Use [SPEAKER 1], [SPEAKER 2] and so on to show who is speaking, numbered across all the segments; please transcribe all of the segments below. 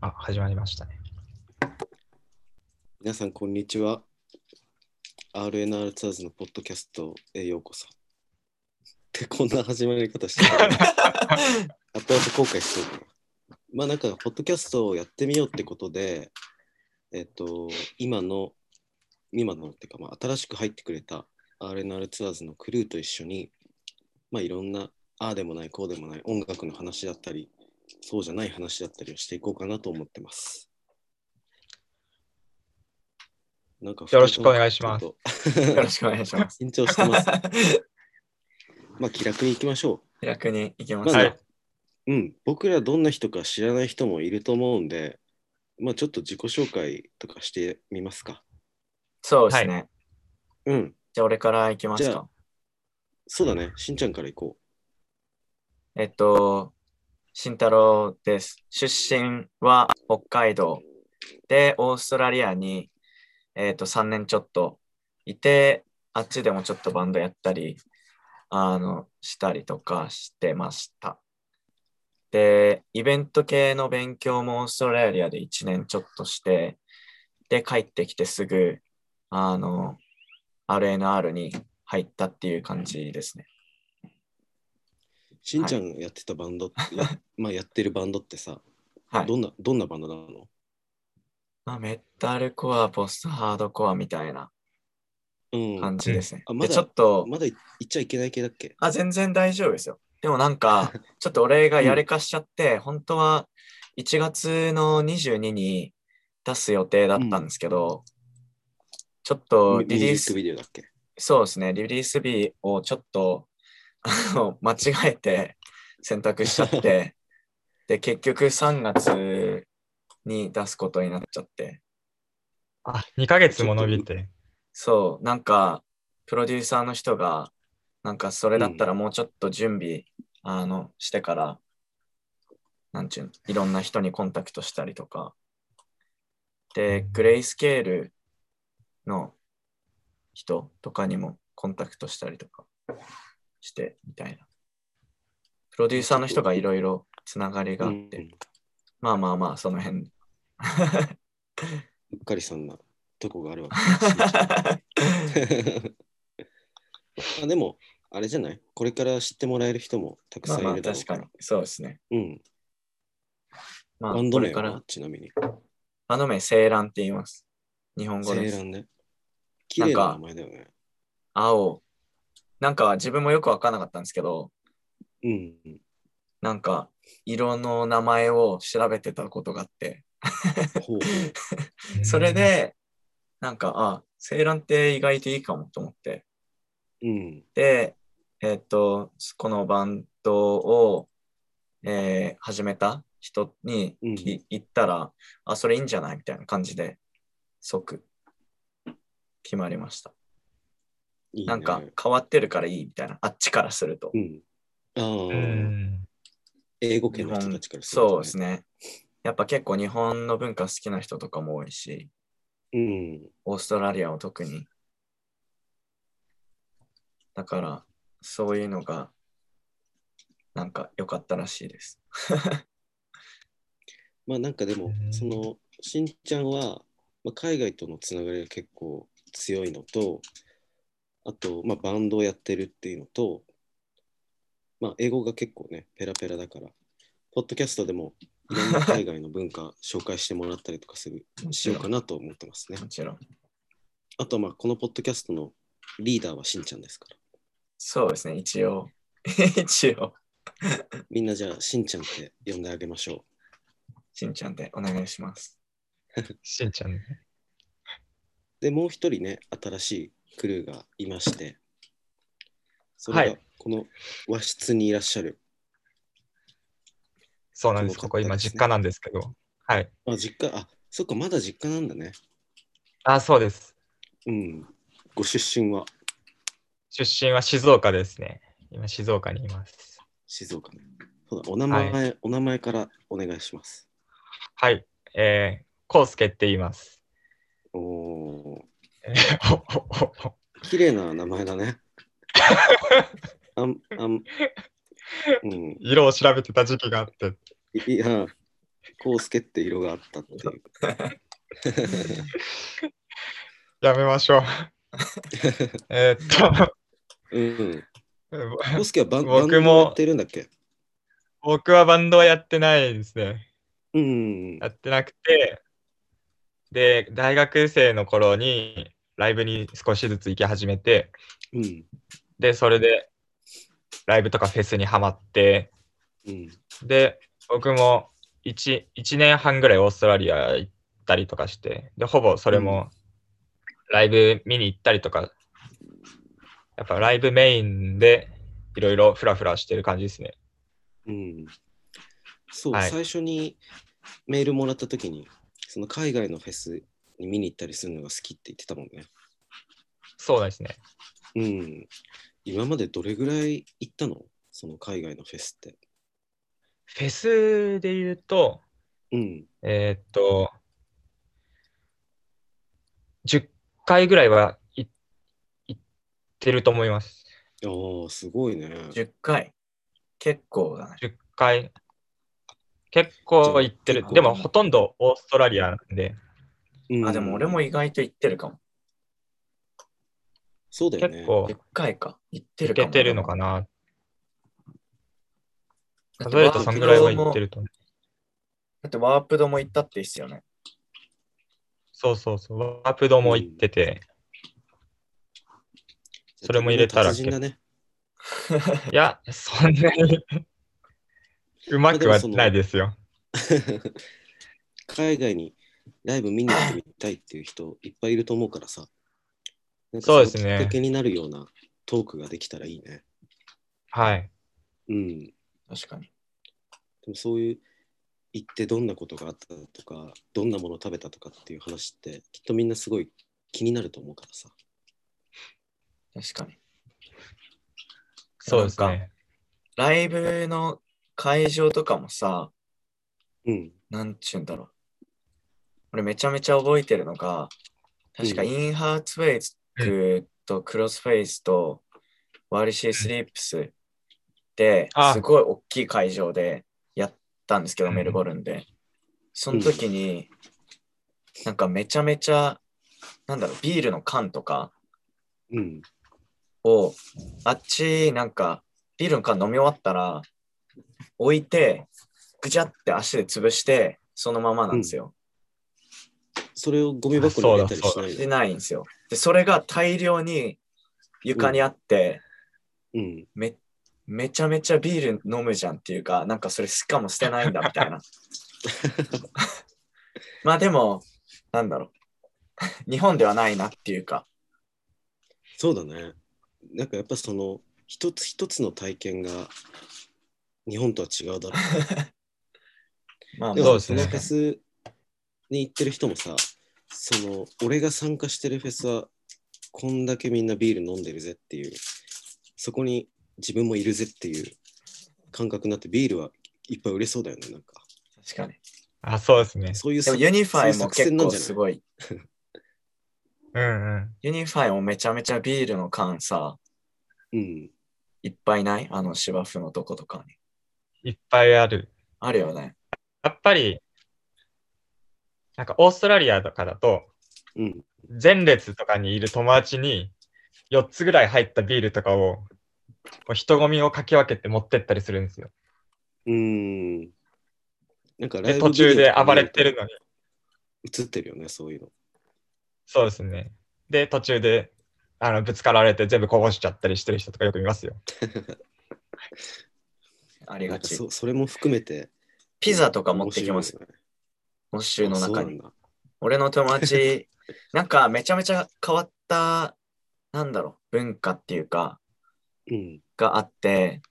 [SPEAKER 1] あ、始まりましたね。
[SPEAKER 2] 皆さん、こんにちは。RNR ツアーズのポッドキャストへようこそ。って、こんな始まり方し てた。後々後悔してるな。まあ、なんか、ポッドキャストをやってみようってことで、えっと、今の、今のっていうか、まあ、新しく入ってくれた RNR ツアーズのクルーと一緒に、まあ、いろんな、ああでもない、こうでもない、音楽の話だったり、そうじゃない話だったりをしていこうかなと思ってます。なんか
[SPEAKER 1] よろしくお願いします
[SPEAKER 2] ちょっ
[SPEAKER 3] よろしくお願いし ます。
[SPEAKER 2] と緊張して ます。まあ、気楽に行きましょう。
[SPEAKER 3] 楽に行きま
[SPEAKER 2] ま
[SPEAKER 3] し
[SPEAKER 2] ず
[SPEAKER 3] ょ
[SPEAKER 2] は
[SPEAKER 3] う。
[SPEAKER 1] はい
[SPEAKER 2] うん、僕らどんな人か知らない人もいると思うんで、まあちょっと自己紹介とかしてみますか。
[SPEAKER 3] そうですね。
[SPEAKER 2] うん、
[SPEAKER 3] じゃあ、俺から行きます
[SPEAKER 2] じゃ
[SPEAKER 3] か。
[SPEAKER 2] そうだね。しんちゃんから行こ
[SPEAKER 3] えっと、慎太郎です。出身は北海道で、オーストラリアに、えっと、3年ちょっといて、あっちでもちょっとバンドやったり、あの、したりとかしてました。で、イベント系の勉強もオーストラリアで1年ちょっとして、で、帰ってきてすぐ、あの、RNR に入ったっていう感じですね。
[SPEAKER 2] う。しんちゃんやってたバンドって、や まあやってるバンドってさ、
[SPEAKER 3] はい。
[SPEAKER 2] どんな、どんなバンドなの
[SPEAKER 3] まあ、メタルコア、ポストハードコアみたいな
[SPEAKER 2] うん。
[SPEAKER 3] 感じですね。
[SPEAKER 2] うんあまだ
[SPEAKER 3] でちょっと、
[SPEAKER 2] まだ行っちゃいけない系だっけ
[SPEAKER 3] あ、全然大丈夫ですよ。でもな んか、ちょっと俺がやれかしちゃって、本当は1月の22に出す予定だったんですけど、ちょっと
[SPEAKER 2] ミ
[SPEAKER 3] リ
[SPEAKER 2] ミュ
[SPEAKER 3] リ
[SPEAKER 2] ージ
[SPEAKER 3] ー
[SPEAKER 2] ック
[SPEAKER 3] ス、
[SPEAKER 2] ビデオだっけ
[SPEAKER 3] そうですね、リリース日をちょっとあの 間違えて選択しち ゃって、で、結局3月に出すことになっちゃって、
[SPEAKER 1] あ、2ヶ月も伸びて。
[SPEAKER 3] そう、なんか、プロデューサーの人が、なんか、それだったらもうちょっと準備、あの、してから、なんちゅうの、いろんな人にコンタクトしたりとか。で、グレイスケールの人とかにもコンタクトしたりとかして、みたいな。プロデューサーの人がいろいろつながりがあって、
[SPEAKER 2] うん
[SPEAKER 3] まあまあまあ、その辺。
[SPEAKER 2] うっかりそんなとこがあ るわ け。あでも、あれじゃないこれから知ってもらえる人もたく
[SPEAKER 3] ま
[SPEAKER 2] さ
[SPEAKER 3] あ
[SPEAKER 2] んい
[SPEAKER 3] まあ、
[SPEAKER 2] るだろう
[SPEAKER 3] 確かに。。そうですね。
[SPEAKER 2] うん。
[SPEAKER 3] まあ、
[SPEAKER 2] バンド
[SPEAKER 3] こ
[SPEAKER 2] 名
[SPEAKER 3] れから
[SPEAKER 2] はちなみに。
[SPEAKER 3] あの名、セーランって言います。日本語
[SPEAKER 2] セ
[SPEAKER 3] で
[SPEAKER 2] ーラ
[SPEAKER 3] す。
[SPEAKER 2] ンね。綺麗な名前だよね。
[SPEAKER 3] 青。なんか自分もよくわからなかったんですけど、
[SPEAKER 2] うんうん。
[SPEAKER 3] なんか色の名前を調べてたことがあって、
[SPEAKER 2] ほ う。
[SPEAKER 3] それで、なんか、あ、セーランって意外といいかもと思って。
[SPEAKER 2] うん。
[SPEAKER 3] で、えっと、このバンドを、えー始めた人に聞い言ったら、あ、それいいんじゃないみたいな感じで、即、決まりました。
[SPEAKER 2] いいね
[SPEAKER 3] なんか変わってるからいいみたいな、あっちからすると。
[SPEAKER 2] うん。あ
[SPEAKER 1] う
[SPEAKER 2] あ、
[SPEAKER 1] ん。
[SPEAKER 2] 英語圏の人たちからると
[SPEAKER 3] そうですね。やっぱ結構日本の文化好きな人とかも多いし、
[SPEAKER 2] ね。
[SPEAKER 3] オーストラリアは特に。だから、そういうのが、なんか良かったらしいです。
[SPEAKER 2] うん。まあなんかで
[SPEAKER 1] う
[SPEAKER 2] も、
[SPEAKER 1] ん
[SPEAKER 2] その、しんちゃんは、まあ、海外とのつながりが結構強いのと、あと、まあ、バンドをやってるっていうのと、まあ、英語が結構ね、ペラペラだから、ポッドキャストでもいろんな海外の文化紹介してもらったりとかする、
[SPEAKER 3] も
[SPEAKER 2] し
[SPEAKER 3] ち
[SPEAKER 2] よ
[SPEAKER 3] ろ
[SPEAKER 2] うんか。なと思ってますね
[SPEAKER 3] も。ちろん。
[SPEAKER 2] あと、まあ、このポッドキャストのリーダーはしんちゃんですから。
[SPEAKER 3] そうですね、一応。 一応、
[SPEAKER 2] みんなじゃあ、しんちゃんって呼んであげましょ
[SPEAKER 3] しんちゃんでお願いします。
[SPEAKER 1] しんちゃんね。
[SPEAKER 2] う。で、もう一人ね、新しいクルーがいまして、そ
[SPEAKER 1] は
[SPEAKER 2] れが
[SPEAKER 1] い
[SPEAKER 2] この和室にいらっしゃる。
[SPEAKER 1] そうなんです。
[SPEAKER 2] すご
[SPEAKER 1] こ
[SPEAKER 2] か
[SPEAKER 1] こ
[SPEAKER 2] ったです
[SPEAKER 1] 今
[SPEAKER 2] ね
[SPEAKER 1] 実家なんですけど。はい。
[SPEAKER 2] あ、実家、あ、そっか、まだ実家なんだね。
[SPEAKER 1] あ、そうです。
[SPEAKER 2] うん。ご出身は
[SPEAKER 1] 出身は静岡ですね。今静岡にいます。
[SPEAKER 2] 静岡ね。そうだ、お名前、
[SPEAKER 1] は
[SPEAKER 2] お名前からお願いします。
[SPEAKER 1] はい。えー、コウスケって言います。
[SPEAKER 2] おお
[SPEAKER 1] えーおおおお
[SPEAKER 2] ー、綺麗な名前 だね。あん、あん、うん。
[SPEAKER 1] 色を調べてた時期があって。
[SPEAKER 2] いいや、コウスケって色があったっていう。
[SPEAKER 1] やめましょう。えーっ
[SPEAKER 2] うん。
[SPEAKER 1] と、
[SPEAKER 2] コウスケはバン
[SPEAKER 1] 僕
[SPEAKER 2] バンド
[SPEAKER 1] も
[SPEAKER 2] やってるんだっけ
[SPEAKER 1] 僕はバンドはやってないですね。
[SPEAKER 2] うん。
[SPEAKER 1] やってなくて、で、大学生の頃にライブに少しずつ行き始めて、
[SPEAKER 2] うん。
[SPEAKER 1] で、それでライブとかフェスにハマって、
[SPEAKER 2] うん。
[SPEAKER 1] で、僕も 1, 1年半ぐらいオーストラリア行ったりとかして、で、ほぼそれもライブ見に行ったりとか、やっぱライブメインでいろいろフラフラしてる感じですね。
[SPEAKER 2] うん。そう、
[SPEAKER 1] はい
[SPEAKER 2] 最初にメールもらったときに、その海外のフェスに見に行ったりするのが好きって言ってたもんね。
[SPEAKER 1] そうですね。
[SPEAKER 2] うん。今までどれぐらい行ったのその海外のフェスって。
[SPEAKER 1] フェスで言うと、
[SPEAKER 2] うん。
[SPEAKER 1] えーっと、10回ぐらいはい行ってると思います。
[SPEAKER 2] ああ、すごいね。
[SPEAKER 3] 10回。結構だね。
[SPEAKER 1] 10回。結構行って
[SPEAKER 2] じ
[SPEAKER 1] る
[SPEAKER 2] ゃ。あ
[SPEAKER 1] でもほとんどオーストラリアなんで、
[SPEAKER 2] うん
[SPEAKER 3] あ、でも俺も意外と行ってるかも。
[SPEAKER 2] そうだよね。
[SPEAKER 1] 結構
[SPEAKER 3] 10回か。行って
[SPEAKER 1] 行
[SPEAKER 3] るかも。
[SPEAKER 1] けてるのかな。
[SPEAKER 3] だって
[SPEAKER 1] 数えるとそんぐらいは行って
[SPEAKER 3] ワープドも。
[SPEAKER 1] ると思う。
[SPEAKER 3] だってワープドも行ったっていいっすよね。
[SPEAKER 1] そうそうそう。ワープドも行ってて。それも入れたら
[SPEAKER 2] 達人だね。
[SPEAKER 1] いや、そんなに。うまくはないですよ。
[SPEAKER 2] 海外にライブ見に行ってみたいっていう人いっぱいいると思うからさ。なんか
[SPEAKER 1] そうですね
[SPEAKER 2] のきっかけになるようなトークができたらいいね。
[SPEAKER 1] はい。
[SPEAKER 2] うん。で
[SPEAKER 3] 確かに。
[SPEAKER 2] もそういう行ってどんなことがあったとか、どんなものを食べたとかっていう話ってきっとみんなすごい気になると思うからさ。
[SPEAKER 3] 確かに。
[SPEAKER 1] そうです
[SPEAKER 3] なん
[SPEAKER 1] ね。
[SPEAKER 3] ライブの会場とかもさ、
[SPEAKER 2] うん。
[SPEAKER 3] なんちゅうんだろう。俺めちゃめちゃ覚えてるのが、確か
[SPEAKER 2] うん
[SPEAKER 3] インハーツフェイクとクロスフェイスと YC スリープスで
[SPEAKER 1] あ
[SPEAKER 3] すごい大きい会場でやったんですけど、
[SPEAKER 1] うん
[SPEAKER 3] メルボルンで。その時に、なんかめちゃめちゃ、なんだろう、ビールの缶とか
[SPEAKER 2] うん。
[SPEAKER 3] を、あっち、なんか、ビールの缶飲み終わったら、置いて、ぐちゃって足で潰して、そのままなんですよ。
[SPEAKER 2] それをゴミ箱に入れたりしない
[SPEAKER 3] で
[SPEAKER 2] の
[SPEAKER 3] ないんですよ。で、それが大量に床にあって、
[SPEAKER 2] うん。
[SPEAKER 3] めめちゃめちゃビール飲むじゃんっていうか、なんかそれしかも捨てないんだみた いな。まあでも、なんだろう。日本ではないなっていうか、
[SPEAKER 2] そうだね。なんかやっぱその一つ一つの体験が日本とは違うだろうね
[SPEAKER 3] まあ
[SPEAKER 2] で
[SPEAKER 1] そ
[SPEAKER 2] も
[SPEAKER 1] う
[SPEAKER 2] そのフェ
[SPEAKER 1] で
[SPEAKER 2] スに行ってる人もさ、その俺が参加してるフェスはこんだけみんなビール飲んでるぜっていう、そこに自分もいるぜっていう感覚になってビールはいっぱい売れそうだよね、なんか。
[SPEAKER 3] 確かに。
[SPEAKER 1] あ、そうですね。
[SPEAKER 2] そういう
[SPEAKER 3] で
[SPEAKER 2] さ
[SPEAKER 3] もユニファイ
[SPEAKER 2] そうい
[SPEAKER 3] も
[SPEAKER 2] う作
[SPEAKER 3] 結
[SPEAKER 2] 戦なん
[SPEAKER 3] 構
[SPEAKER 2] じゃない
[SPEAKER 3] すごい。
[SPEAKER 1] うんうん。
[SPEAKER 3] ユニファイもめちゃめちゃビールの缶さ、
[SPEAKER 2] うん。
[SPEAKER 3] いっぱいないあの芝生のとことかに。
[SPEAKER 1] いっぱいある。
[SPEAKER 3] あるよね。
[SPEAKER 1] やっぱり、なんかオーストラリアとかだと、
[SPEAKER 2] うん。
[SPEAKER 1] 前列とかにいる友達に4つぐらい入ったビールとかをこう人混みをかき分けて持ってったりするんですよ。
[SPEAKER 2] うん。なんかラ
[SPEAKER 1] で
[SPEAKER 2] イブ
[SPEAKER 1] 途中で暴れてる
[SPEAKER 2] の。
[SPEAKER 1] のに。
[SPEAKER 2] 映ってるよね、そういうの。
[SPEAKER 1] そうですね。で、途中であのぶつかられて全部こぼしちゃったりしてる人とかよく見ますよ。
[SPEAKER 3] あり
[SPEAKER 2] なん
[SPEAKER 3] が
[SPEAKER 2] か
[SPEAKER 3] ち。
[SPEAKER 2] そそれも含めて。
[SPEAKER 3] ピザとか持ってきますよ。
[SPEAKER 2] 面白
[SPEAKER 3] 募集
[SPEAKER 2] いよね
[SPEAKER 3] の中
[SPEAKER 2] あそう
[SPEAKER 3] に。
[SPEAKER 2] なんだ
[SPEAKER 3] 俺の友達、 なんかめちゃめちゃ変わった、なんだろう、文化っていうか、
[SPEAKER 2] うん。
[SPEAKER 3] があって、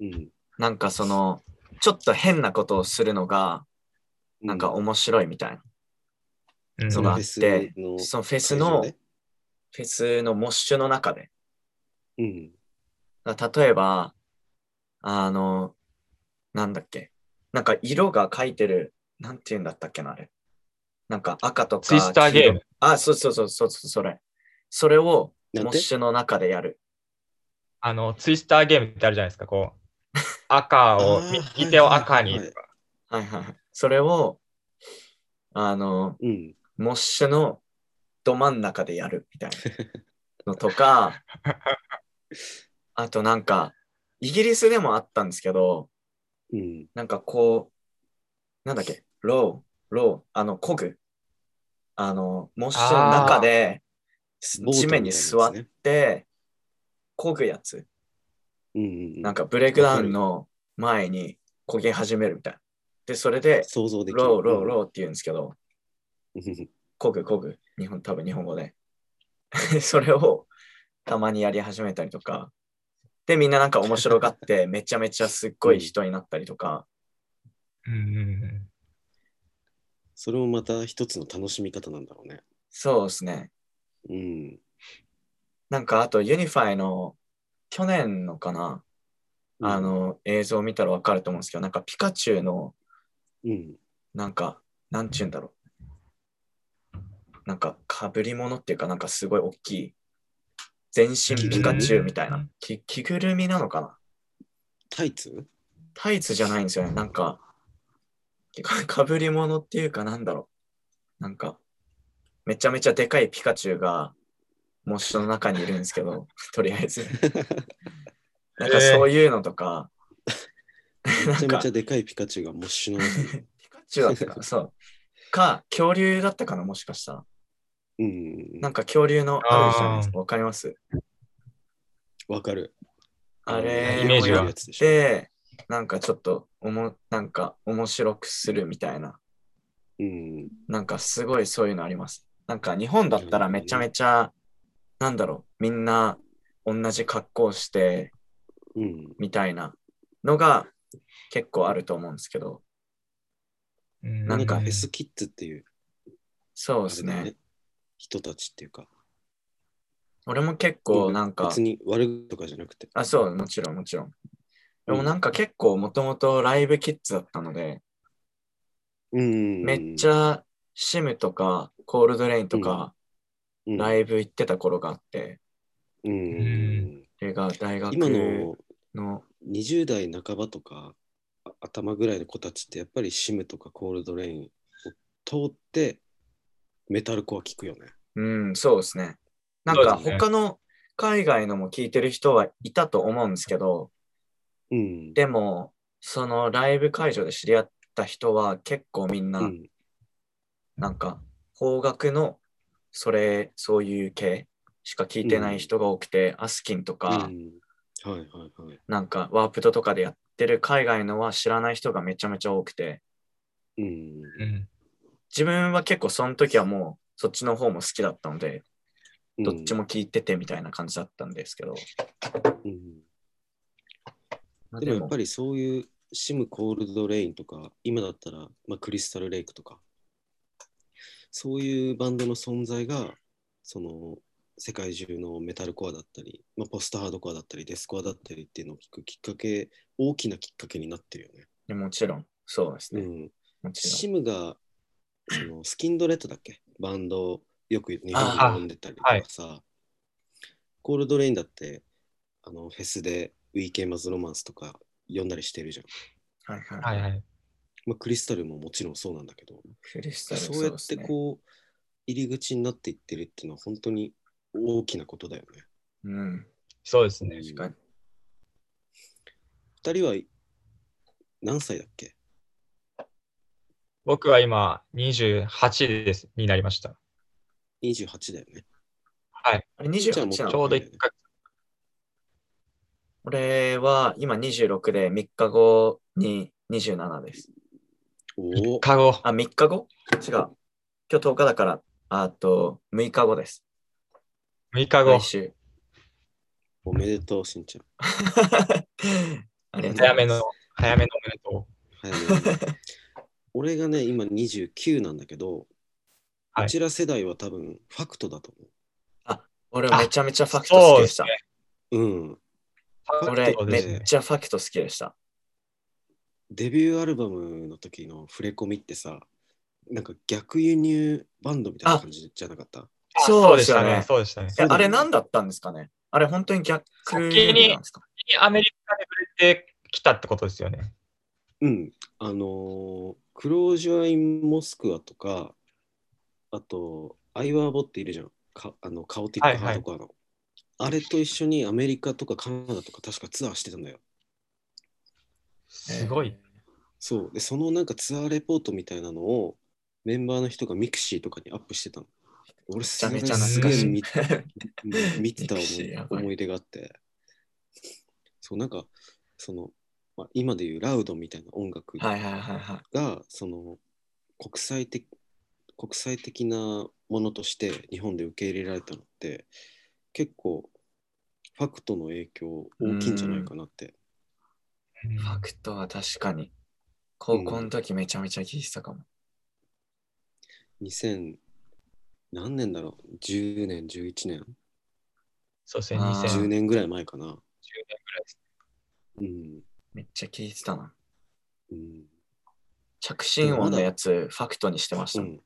[SPEAKER 2] うん。
[SPEAKER 3] なんかその、ちょっと変なことをするのが、
[SPEAKER 2] う
[SPEAKER 3] なんか面白いみたいな。
[SPEAKER 1] うん
[SPEAKER 3] そ
[SPEAKER 2] そ
[SPEAKER 3] の
[SPEAKER 2] の
[SPEAKER 3] あっ
[SPEAKER 2] フェス
[SPEAKER 3] て、
[SPEAKER 2] の
[SPEAKER 3] そのフェスの、
[SPEAKER 2] 会場で
[SPEAKER 3] フェスのモッシュの中で。
[SPEAKER 2] うん。
[SPEAKER 3] だから例えば、あの、なんだっけ。なんか色が書いてる、なんて言うんだったっけな、あれ。なんか赤とか。
[SPEAKER 1] ツイスターゲーム
[SPEAKER 3] 黄色。あ、そうそうそうそう、それ。それを、
[SPEAKER 2] なん
[SPEAKER 3] モッ
[SPEAKER 2] て
[SPEAKER 3] シュの中でやる。
[SPEAKER 1] あの、ツイスターゲームってあるじゃないですか。こう、赤を
[SPEAKER 2] あー、
[SPEAKER 1] 右手を赤に
[SPEAKER 2] はいはい
[SPEAKER 1] とか、
[SPEAKER 3] はいはいはい。それを、あの、
[SPEAKER 2] うん。
[SPEAKER 3] モッシュのど真ん中でやるみたいなのとか、あとなんか、イギリスでもあったんですけど、
[SPEAKER 2] うん。
[SPEAKER 3] なんかこう、なんだっけ、ロー、ロー、あの、こぐ。あの、モッシュの中で、す
[SPEAKER 2] ボート
[SPEAKER 3] 地面に
[SPEAKER 2] みたいな
[SPEAKER 3] 座
[SPEAKER 2] や
[SPEAKER 3] っ
[SPEAKER 2] つね
[SPEAKER 3] て、こぐやつ。
[SPEAKER 2] うんうんう
[SPEAKER 3] なん
[SPEAKER 2] ん。
[SPEAKER 3] かブレイクダウンの前にこぎ始めるみたいな。で、それで、
[SPEAKER 2] 想像できる。
[SPEAKER 3] ロー、ロー、ローって言うんですけど、
[SPEAKER 2] ー。
[SPEAKER 3] こぐこぐ、日本、多分日本語で。 それをたまにやり始めたりとか。で、みんななんか面白がって、めちゃめちゃすっごい人になったりとか。
[SPEAKER 1] うんうんうん
[SPEAKER 2] それもまた一つの楽しみ方なんだろうね。
[SPEAKER 3] そうですね。
[SPEAKER 2] うん。
[SPEAKER 3] なんかあと、ユニファイの去年のかな、あ、の映像を見たらわかると思うんですけど、なんかピカチュウの、
[SPEAKER 2] うん。
[SPEAKER 3] なんか、なんちゅうんだろう。なんか、かぶり物っていうか、なんかすごい大きい、全身ピカチュウみたいな、き着ぐるみなのかな
[SPEAKER 2] タイツ
[SPEAKER 3] タイツじゃないんですよね。なんか、かかぶり物っていうかなんだろう。なんか、めちゃめちゃでかいピカチュウが、モッシュの中にいるんですけど、 とりあえず。なんかそういうのとか、
[SPEAKER 2] めちゃ
[SPEAKER 3] な
[SPEAKER 2] め
[SPEAKER 3] ん
[SPEAKER 2] ち
[SPEAKER 3] か
[SPEAKER 2] ゃでかいピカチュウがモッシュの中に。
[SPEAKER 3] ピカチュウだったかなそう。か、恐竜だったかな、もしかしたら。
[SPEAKER 2] うん。
[SPEAKER 3] なんか恐竜のあるじゃないですか。わかります
[SPEAKER 2] わかる。
[SPEAKER 3] あれ
[SPEAKER 1] イメージは
[SPEAKER 2] あのやつでしょ
[SPEAKER 3] で、なんかちょっとおも、なんか面白くするみたいな。
[SPEAKER 2] うん。
[SPEAKER 3] なんかすごいそういうのあります。なんか日本だったらめちゃめちゃ、なんだろう、みんな同じ格好して
[SPEAKER 2] うん。
[SPEAKER 3] みたいなのが結構あると思うんですけど、
[SPEAKER 1] うん
[SPEAKER 3] なんか
[SPEAKER 2] フェスキッズっていう、
[SPEAKER 3] そう
[SPEAKER 2] あ
[SPEAKER 3] で
[SPEAKER 2] れ
[SPEAKER 3] す
[SPEAKER 2] だよ
[SPEAKER 3] ね。。
[SPEAKER 2] 人たちっていうか。
[SPEAKER 3] 俺も結構なんか
[SPEAKER 2] 別、に悪いとかじゃなくて。
[SPEAKER 3] あ、そう、もちろんもちろん。でもなん
[SPEAKER 2] か、
[SPEAKER 3] か結構もともとライブキッズだったので、
[SPEAKER 2] うん。
[SPEAKER 3] めっちゃシムとかコールドレインとか
[SPEAKER 2] うん、
[SPEAKER 3] ライブ行ってた頃があって、
[SPEAKER 2] うん。
[SPEAKER 3] それが大学
[SPEAKER 2] 今の
[SPEAKER 3] の、
[SPEAKER 2] 20代半ばとかあ頭ぐらいの子たちってやっぱりシムとかコールドレインを通ってメタルコア聞くよね。
[SPEAKER 3] うん、そうですね。なん
[SPEAKER 1] そ
[SPEAKER 3] か
[SPEAKER 1] うですね
[SPEAKER 3] 他の海外のも聞いてる人はいたと思うんですけど、
[SPEAKER 2] うん。
[SPEAKER 3] でも、そのライブ会場で知り合った人は結構みん
[SPEAKER 2] う
[SPEAKER 3] な、
[SPEAKER 2] ん、
[SPEAKER 3] なんか邦楽の、それ、そういう系しか聞いてない人が多くて、アスキンとか
[SPEAKER 2] う、んはいはいはい。
[SPEAKER 3] なんかワープドとかでやってる海外のは知らない人がめちゃめちゃ多くて、
[SPEAKER 2] うん。
[SPEAKER 1] うん
[SPEAKER 3] 自分は結構その時はもうそっちの方も好きだったので、どっちも聞いててみたいな感じだったんですけど、
[SPEAKER 2] うん、
[SPEAKER 3] まあ
[SPEAKER 2] でもやっぱりそういうシムコールドレインとか今だったら、まあ、クリスタルレイクとかそういうバンドの存在がその世界中のメタルコアだったり、まあ、ポストハードコアだったりデスコアだったりっていうのを聞くきっかけ大きなきっかけになってるよね。
[SPEAKER 3] でもちろん、そうです
[SPEAKER 2] う
[SPEAKER 3] ね。
[SPEAKER 2] ん、
[SPEAKER 3] もち
[SPEAKER 2] シムがそのスキンドレッドだっけバンドをよく日本に呼んでたりとかさ、コールドレインだってあのフェスでウィーケンマズロマンスとか呼んだりしてるじゃん、
[SPEAKER 3] ろん。はいはい。
[SPEAKER 1] はいはい。
[SPEAKER 2] まあ、クリスタルももちろんそうなんだけど
[SPEAKER 3] クリスタル
[SPEAKER 2] そうや
[SPEAKER 3] で
[SPEAKER 2] っ
[SPEAKER 3] す
[SPEAKER 2] て
[SPEAKER 3] ね
[SPEAKER 2] こう入り口になっていってるっていうのは本当に大きなことだよね
[SPEAKER 3] うん。
[SPEAKER 1] そうですね。
[SPEAKER 2] 確
[SPEAKER 3] 確かに。
[SPEAKER 2] 2人は何歳だっけ
[SPEAKER 1] 僕は今28ですになりました。
[SPEAKER 2] 28だよね
[SPEAKER 3] あれ
[SPEAKER 2] じゃあもう
[SPEAKER 3] 28な
[SPEAKER 1] ちょ
[SPEAKER 3] の
[SPEAKER 1] うど1か
[SPEAKER 3] 俺は今26で3日後に27です。
[SPEAKER 2] おお
[SPEAKER 1] 月後。
[SPEAKER 3] あ、3日後違う。今日10日だから、あと6日後です。
[SPEAKER 1] 6日後
[SPEAKER 3] 来。 週。
[SPEAKER 2] おめでとうしんちゃん
[SPEAKER 3] ありがとうございます
[SPEAKER 1] 早めの、早めのおめでと
[SPEAKER 2] はい 俺がね今29なんだけど、
[SPEAKER 1] はいう
[SPEAKER 2] ちら世代は多分ファクトだと
[SPEAKER 3] 俺めちゃめちゃファクト好きでした。
[SPEAKER 2] 思ううん
[SPEAKER 1] う。
[SPEAKER 3] 俺
[SPEAKER 1] そう
[SPEAKER 3] め
[SPEAKER 1] ですね
[SPEAKER 3] っちゃファクト好きでした。
[SPEAKER 2] デビューアルバムの時の触れ込みってさなんか逆輸入バンドみたいな感じじゃなかった
[SPEAKER 1] あ
[SPEAKER 3] そうですよね
[SPEAKER 1] そうでしたね。そう
[SPEAKER 3] え
[SPEAKER 1] でしたね
[SPEAKER 2] そうだよね
[SPEAKER 3] あれ何だったんですかねあれ本当に逆輸入なんですか
[SPEAKER 1] アメリカで売れてきたってことですよね。
[SPEAKER 2] うんあのークロージュアインモスクワとか、あと、アイワーボっているじゃん。かあのカオティックハードコアの、あれと一緒にアメリカとかカナダとか確かツアーしてたんだよ。
[SPEAKER 1] すご い。
[SPEAKER 2] そう。で、そのなんかツアーレポートみたいなのをメンバーの人がミクシーとかにアップしてたの。俺すげえ
[SPEAKER 3] めちゃ
[SPEAKER 1] めちゃ
[SPEAKER 2] す
[SPEAKER 1] 懐
[SPEAKER 2] げ
[SPEAKER 1] か
[SPEAKER 2] え
[SPEAKER 1] しい
[SPEAKER 2] 見 見てた思い
[SPEAKER 3] ミクシーやばい
[SPEAKER 2] 思い出があって。そう、なんか、その、まあ、今でいうラウドみたいな音楽が、
[SPEAKER 3] はいはいはいはい。
[SPEAKER 2] その、国際的、国際的なものとして日本で受け入れられたのって、結構、ファクトの影響大きいんじゃないかなって。
[SPEAKER 3] ファクトは確かに。高校の時めちゃめちゃ聞いてたかも。
[SPEAKER 2] 2000、何年だろう ?10 年、11年、
[SPEAKER 1] そうですね、
[SPEAKER 3] あー
[SPEAKER 1] 2010
[SPEAKER 2] 10
[SPEAKER 1] 年
[SPEAKER 2] 年ぐらい前かな。
[SPEAKER 1] ぐらいです。
[SPEAKER 2] うん。
[SPEAKER 3] めっちゃ聞いてたな。
[SPEAKER 2] うん。
[SPEAKER 3] 着信音のやつ、ファクトにしてました
[SPEAKER 2] う
[SPEAKER 3] もん。
[SPEAKER 2] ん、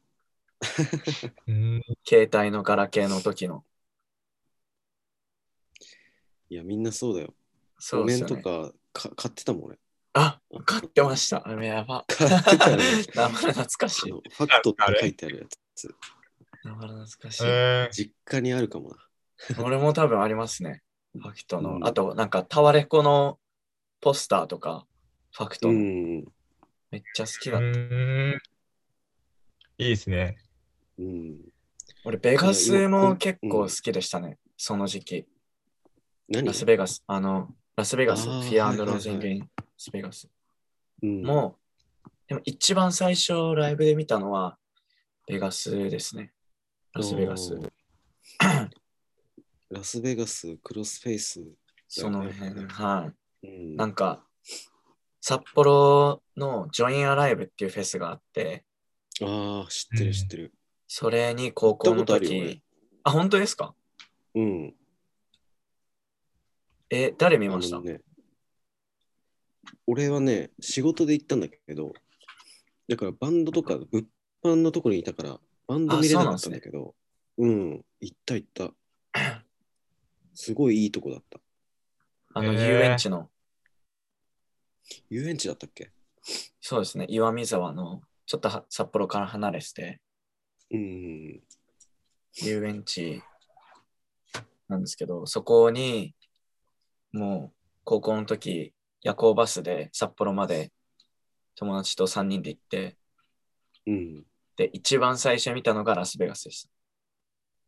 [SPEAKER 1] うん
[SPEAKER 3] 携帯のガラケーの時の。
[SPEAKER 2] いや、みんなそうだよ。
[SPEAKER 3] そ
[SPEAKER 2] 譜
[SPEAKER 3] うです
[SPEAKER 2] 面
[SPEAKER 3] よ
[SPEAKER 2] と
[SPEAKER 3] ね。
[SPEAKER 2] かか買ってたもん俺。
[SPEAKER 3] あ、買ってました。あれやば。
[SPEAKER 2] 買って たよね
[SPEAKER 3] 名前懐かし
[SPEAKER 2] あ
[SPEAKER 3] い
[SPEAKER 2] の。ファクトって書いてあるやつ。
[SPEAKER 3] 名前懐かしい。
[SPEAKER 1] えー
[SPEAKER 2] 実家にあるかもな。
[SPEAKER 3] 俺も多分ありますね。ファクトの。
[SPEAKER 2] うん
[SPEAKER 3] あと、なんかタワレコのポスターとか、ファクト
[SPEAKER 2] う
[SPEAKER 3] の、
[SPEAKER 2] ん。
[SPEAKER 3] めっちゃ好き
[SPEAKER 1] う
[SPEAKER 3] だった。
[SPEAKER 1] ーんいいですね。
[SPEAKER 2] うん。
[SPEAKER 3] 俺、ベガスも結
[SPEAKER 2] うん
[SPEAKER 3] 構好きでしたね。その時期。
[SPEAKER 2] 何
[SPEAKER 3] ラスベガス。あの、ラスベガス。フ
[SPEAKER 2] あー
[SPEAKER 3] ィアローズ・イン・グリーン、ラスベガス。
[SPEAKER 2] うん、
[SPEAKER 3] もう、でも一番最初ライブで見たのは、ベガスですね。ラスベガス
[SPEAKER 2] お。ー。 ラスベガス、クロスフェイス。
[SPEAKER 3] その辺、はい。
[SPEAKER 2] うん。
[SPEAKER 3] なんか、札幌のジョインアライブっていうフェスがあって、
[SPEAKER 2] ああ、知って
[SPEAKER 1] うん
[SPEAKER 2] る知ってる。
[SPEAKER 3] それに高
[SPEAKER 2] 行ったこ
[SPEAKER 3] 校の
[SPEAKER 2] とあるよ、
[SPEAKER 3] 時、あ、本当ですか
[SPEAKER 2] 俺。うん。
[SPEAKER 3] え、誰見ました、
[SPEAKER 2] あのね、俺はね、仕事で行ったんだけど、だからバンドとか物販のところにいたから、バンド見れなかったんだけど、うん、行った行った。 すごいいいとこだった。
[SPEAKER 3] あの
[SPEAKER 1] え
[SPEAKER 3] 遊
[SPEAKER 1] ー
[SPEAKER 3] 園地の、
[SPEAKER 2] 遊園地だったっけ
[SPEAKER 3] そうですね、岩見沢の、ちょっとは札幌から離れてて、
[SPEAKER 2] うん。
[SPEAKER 3] 遊園地なんですけど、そこに、もう高校の時、夜行バスで札幌まで友達と3人で行って、
[SPEAKER 2] うん。
[SPEAKER 3] で、一番最初に見たのがラスベガスでし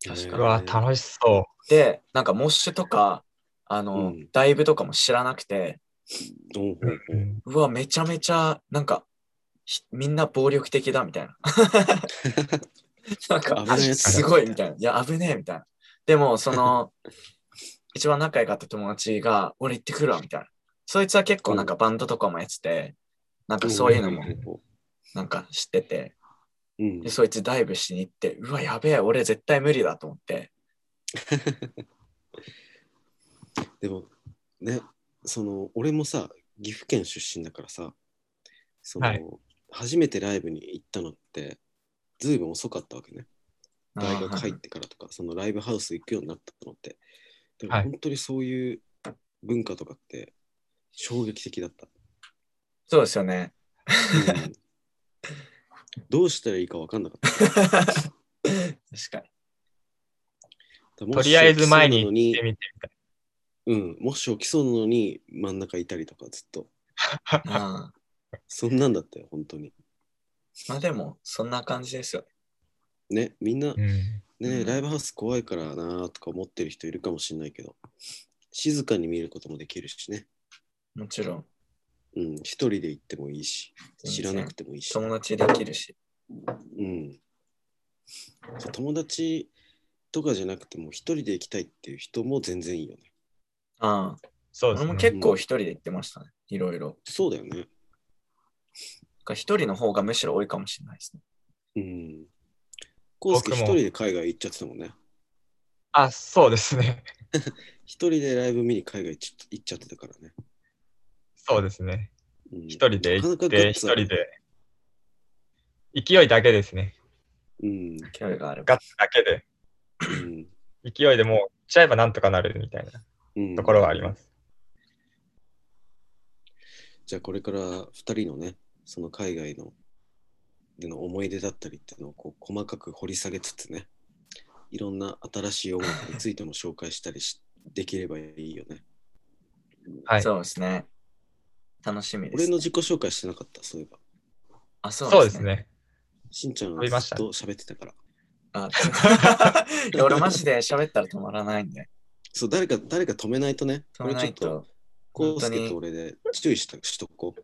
[SPEAKER 3] た。確か
[SPEAKER 1] うわ、楽しそ
[SPEAKER 3] で、なんかモッシュとか、あの、
[SPEAKER 2] うん
[SPEAKER 3] ダイブとかも知らなくて、
[SPEAKER 2] おうほう
[SPEAKER 1] う。うん
[SPEAKER 3] うわ、めちゃめちゃ、なんか、ひみんな暴力的だみたいな。なんか
[SPEAKER 2] 危ないや、つだ
[SPEAKER 3] すごいみたいな。いや、危ねえみたいな。でも、その、 一番仲良かった友達が、俺行ってくるわみたいな。そいつは結構なんかバンドとかもやってて、なんかそういうのも
[SPEAKER 2] んほ
[SPEAKER 3] なんか知ってて、
[SPEAKER 2] ううん
[SPEAKER 3] で、そいつダイブしに行って、うわ、やべえ、俺絶対無理だと思って。
[SPEAKER 2] でもねその俺もさ岐阜県出身だからさその、
[SPEAKER 1] はい
[SPEAKER 2] 初めてライブに行ったのってずいぶん遅かったわけね大学入っ
[SPEAKER 3] あー
[SPEAKER 2] てからとかそのライブハウス行くようになったのってでも
[SPEAKER 1] はい
[SPEAKER 2] 本当にそういう文化とかって衝撃的 だった、
[SPEAKER 3] そうですよね。
[SPEAKER 2] うんどうしたらいいか分かんなかった
[SPEAKER 3] 確かに。
[SPEAKER 1] とりあえず前に行
[SPEAKER 2] も
[SPEAKER 1] っ
[SPEAKER 2] し起き
[SPEAKER 1] て
[SPEAKER 2] そう
[SPEAKER 1] みてみたい
[SPEAKER 2] なのうんもし起きそうなのに真ん中いたりとかずっと
[SPEAKER 3] あー
[SPEAKER 2] そんなんだったよ本当に
[SPEAKER 3] まあでも、そんな感じですよね。
[SPEAKER 2] ねみんな、
[SPEAKER 1] な。
[SPEAKER 2] ね、
[SPEAKER 3] うん
[SPEAKER 2] ライブハウス怖いからなーとか思ってる人いるかもしれないけど、静かに見ることもできるしね。
[SPEAKER 3] もちろん。
[SPEAKER 2] うん、一人で行ってもいいし、知らなくてもいいし。
[SPEAKER 3] 友達できるし。
[SPEAKER 2] うん。友達とかじゃなくても、一人で行きたいっていう人も全然いいよね。
[SPEAKER 3] ああ、
[SPEAKER 1] そうで
[SPEAKER 3] 俺
[SPEAKER 1] す
[SPEAKER 3] も
[SPEAKER 1] ね。
[SPEAKER 3] 結構一人で行ってましたね。いろいろ。
[SPEAKER 2] そうだよね。
[SPEAKER 3] だから一人の方がむしろ多いかもしれないですね。
[SPEAKER 2] うん。コウスケ
[SPEAKER 1] 僕
[SPEAKER 2] 一
[SPEAKER 1] も
[SPEAKER 2] 人で海外行っちゃってたもんね。
[SPEAKER 1] あ、そうですね。
[SPEAKER 2] 一人でライブ見に海外行っちゃ行っちゃってたからね。
[SPEAKER 1] そうですね。
[SPEAKER 2] うん
[SPEAKER 1] 一人で行っ
[SPEAKER 2] なかなか
[SPEAKER 1] て、
[SPEAKER 2] ガッ
[SPEAKER 1] 一
[SPEAKER 2] ツあ
[SPEAKER 1] 人
[SPEAKER 2] る
[SPEAKER 1] で。勢いだけですね。
[SPEAKER 2] うん。
[SPEAKER 3] 距離がある。
[SPEAKER 1] ガッツだけで。
[SPEAKER 2] うん
[SPEAKER 1] 勢いでもう行っちゃえばなんとかなるみたいな
[SPEAKER 2] うん。
[SPEAKER 1] ところはあります。
[SPEAKER 2] じゃあこれから2人のね、その海外のでの思い出だったりっていうのをこう細かく掘り下げつつね、いろんな新しい音楽についても紹介したりし できればいいよね。
[SPEAKER 1] はい。
[SPEAKER 3] そうですね。楽しみです、ね。
[SPEAKER 2] 俺の自己紹介してなかった、そういえば。
[SPEAKER 3] あ、そ
[SPEAKER 1] そうです。ね。
[SPEAKER 2] しんちゃん
[SPEAKER 1] 飛び
[SPEAKER 2] は
[SPEAKER 1] まし
[SPEAKER 2] ずったと喋ってたから。
[SPEAKER 3] あ いや俺マジで喋ったら止まらないんで。
[SPEAKER 2] そう、誰か、誰か止めないとね、
[SPEAKER 3] 止まらない
[SPEAKER 2] これちょっと、
[SPEAKER 3] と。
[SPEAKER 2] こ
[SPEAKER 3] 本
[SPEAKER 2] う
[SPEAKER 3] 当
[SPEAKER 2] す
[SPEAKER 3] に
[SPEAKER 2] けと俺で注意したしとこう。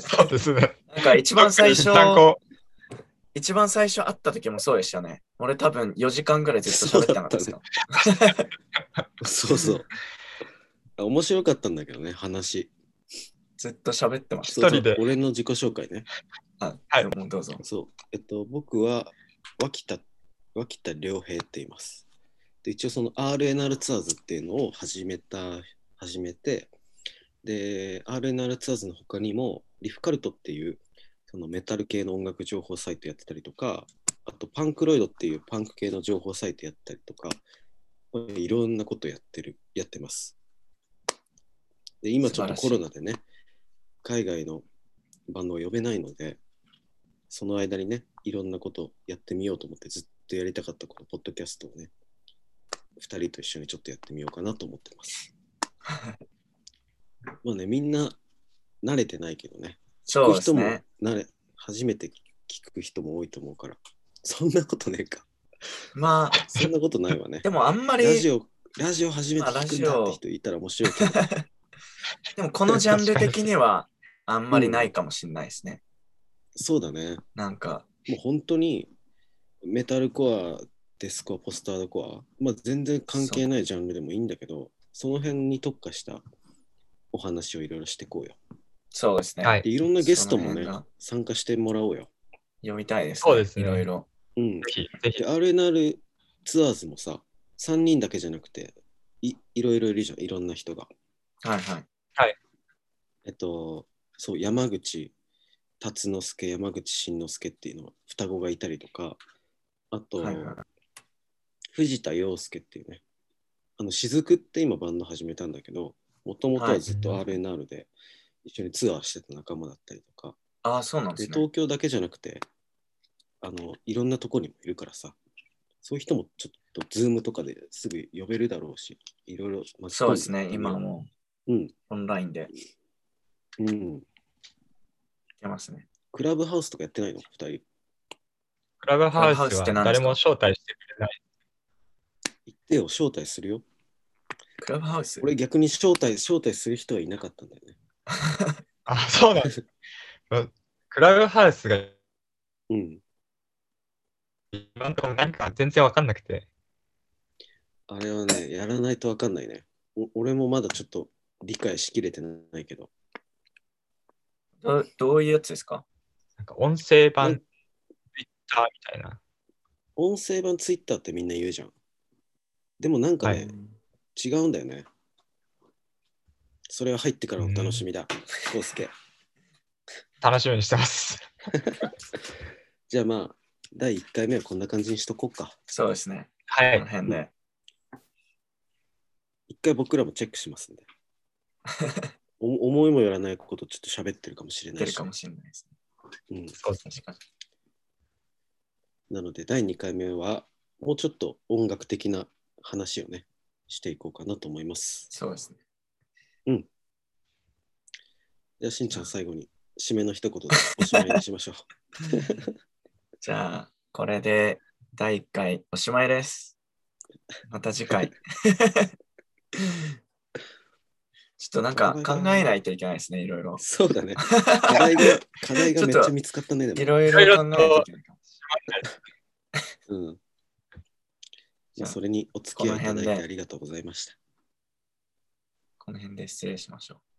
[SPEAKER 1] そうですね。
[SPEAKER 3] なんか一番最初
[SPEAKER 1] 一、旦こう
[SPEAKER 3] 一番最初会った時もそうでしたね。俺多分4時間ぐらいずっと喋ってなかったですよ。
[SPEAKER 2] そうそう。あ面白かったんだけどね、話。
[SPEAKER 3] ずっと喋ってまし
[SPEAKER 2] そう
[SPEAKER 1] 一人で
[SPEAKER 2] 俺の自己紹介ね。
[SPEAKER 3] た。
[SPEAKER 1] はい
[SPEAKER 3] もうどうぞ。
[SPEAKER 2] そう。えっと、僕は、脇田、脇田良平って言います。で、一応その RNR ツアーズっていうのを始めた、始めて、で、RNR ツアーズの他にも、リフカルトっていう、そのメタル系の音楽情報サイトやってたりとか、あとパンクロイドっていうパンク系の情報サイトやったりとか、いろんなことやってる、やってます。で、今ちょっとコロナでね、海外のバンドを呼べないので、その間にね、いろんなことをやってみようと思って、ずっとやりたかったこのポッドキャストをね、2人と一緒にちょっとやってみようかなと思ってます。まあね、みんな慣れてないけどね、
[SPEAKER 3] そう
[SPEAKER 2] 聞く
[SPEAKER 3] です
[SPEAKER 2] 人も
[SPEAKER 3] ね。
[SPEAKER 2] 慣れ、初めて聞く人も多いと思うから、そんなことねえか。
[SPEAKER 3] まあ、
[SPEAKER 2] そんなことないわね
[SPEAKER 3] で。もあんまり、
[SPEAKER 2] ラジ
[SPEAKER 3] で
[SPEAKER 2] オ、ラジオ初めて聞くんだって人いたら面白いけど、
[SPEAKER 3] もこのジャンル的に はあんまりないかもしれないですね。
[SPEAKER 2] そうだね。
[SPEAKER 3] なんか、
[SPEAKER 2] もう本当にメタルコア、デスコア、ポスタードコア、まあ、全然関係ないジャンルでもいいんだけど、その辺に特化したお話をいろいろしていこうよ。
[SPEAKER 3] そうですね。
[SPEAKER 1] はい。
[SPEAKER 2] でいろんなゲストも
[SPEAKER 3] その
[SPEAKER 2] ね
[SPEAKER 3] 辺が、
[SPEAKER 2] 参加してもらおうよ。
[SPEAKER 3] 読みたいです、
[SPEAKER 1] そうですね
[SPEAKER 3] いろいろ。
[SPEAKER 2] うん。
[SPEAKER 1] ぜひ、ぜひ
[SPEAKER 2] で、。RNR ツアーズもさ、3人だけじゃなくて、いいろいろいるじゃん、いろんな人が。
[SPEAKER 3] はいはい。
[SPEAKER 2] えっと、そう、山口達之助、山口慎之助っていうのは双子がいたりとか、あと、
[SPEAKER 3] はいはい
[SPEAKER 2] 藤田洋介っていうね、あの、雫って今バンド始めたんだけど、もともとはずっと
[SPEAKER 1] はい
[SPEAKER 2] RNR で一緒にツアーしてた仲間だったりとか、
[SPEAKER 3] ああ、そうなんで
[SPEAKER 2] で、
[SPEAKER 3] すね。
[SPEAKER 2] 東京だけじゃなくて、あの、いろんなとこにもいるからさ、そういう人もちょっと、ズームとかですぐ呼べるだろうし、いろいろ巻き込ん、
[SPEAKER 3] そうですね。今はも
[SPEAKER 2] う。うん、
[SPEAKER 3] うオンラインでい
[SPEAKER 2] うん。
[SPEAKER 3] けますね。
[SPEAKER 2] クラブハウスとかやってないの、二人。
[SPEAKER 1] クラブハウス
[SPEAKER 3] クラブハウスっ
[SPEAKER 1] は
[SPEAKER 3] て何です
[SPEAKER 1] 誰
[SPEAKER 3] か
[SPEAKER 1] も招待してくれない。
[SPEAKER 2] 行ってよ、招待するよ。
[SPEAKER 3] クラブハウス
[SPEAKER 2] 俺逆に招待、招待する人はいなかったんだよね。
[SPEAKER 1] あ、そうなん です。うんクラブハウスが
[SPEAKER 2] うん。
[SPEAKER 1] 今んとこ何か全然わかんなくて。
[SPEAKER 2] あれはね、やらないとわかんないね。お俺もまだちょっと理解しきれてないけど。
[SPEAKER 3] どどういうやつですか
[SPEAKER 1] なんか音声
[SPEAKER 2] う
[SPEAKER 1] 版、
[SPEAKER 2] ん
[SPEAKER 1] Twitter みたいな。
[SPEAKER 2] 音声版ツイッターってみんな言うじゃん。でもなんか
[SPEAKER 1] は
[SPEAKER 2] ね、違うんだよね。それは入ってからの楽しみだ。コウスケ。
[SPEAKER 1] 楽しみにしてます。
[SPEAKER 2] じゃあまあ、第1回目はこんな感じにしとこうか。
[SPEAKER 3] そうですね。
[SPEAKER 1] は
[SPEAKER 3] この
[SPEAKER 1] い。
[SPEAKER 3] 辺で。
[SPEAKER 2] 一回僕らもチェックしますん で。お思いもよらないことちょっと喋ってるかもしれな
[SPEAKER 3] 出
[SPEAKER 2] い
[SPEAKER 3] る
[SPEAKER 2] し
[SPEAKER 3] か。もしれないですね。
[SPEAKER 2] うん
[SPEAKER 1] そうですね。
[SPEAKER 3] 確かに。
[SPEAKER 2] なので第2回目はもうちょっと音楽的な話をねしていこうかなと思います。
[SPEAKER 3] そうですね。
[SPEAKER 2] じゃあしんちゃん最後に締めの一言でおしまいにしまし ょう。
[SPEAKER 3] じゃあ、これで第1回おしまいです。また 次回。ちょっとなんか考えないといけないですね、いろいろ。
[SPEAKER 2] そうだね。課題が課題がめっ
[SPEAKER 3] ちょっ
[SPEAKER 2] ちゃ
[SPEAKER 3] と
[SPEAKER 2] 見つかったね
[SPEAKER 3] い
[SPEAKER 2] でも。
[SPEAKER 3] ろいろ考えないといけないかも。
[SPEAKER 2] うん。
[SPEAKER 3] じ
[SPEAKER 2] じゃ
[SPEAKER 3] ゃあ
[SPEAKER 2] あそれにお付き合いいただいてありがとうございました。
[SPEAKER 3] この辺で失礼しましょう。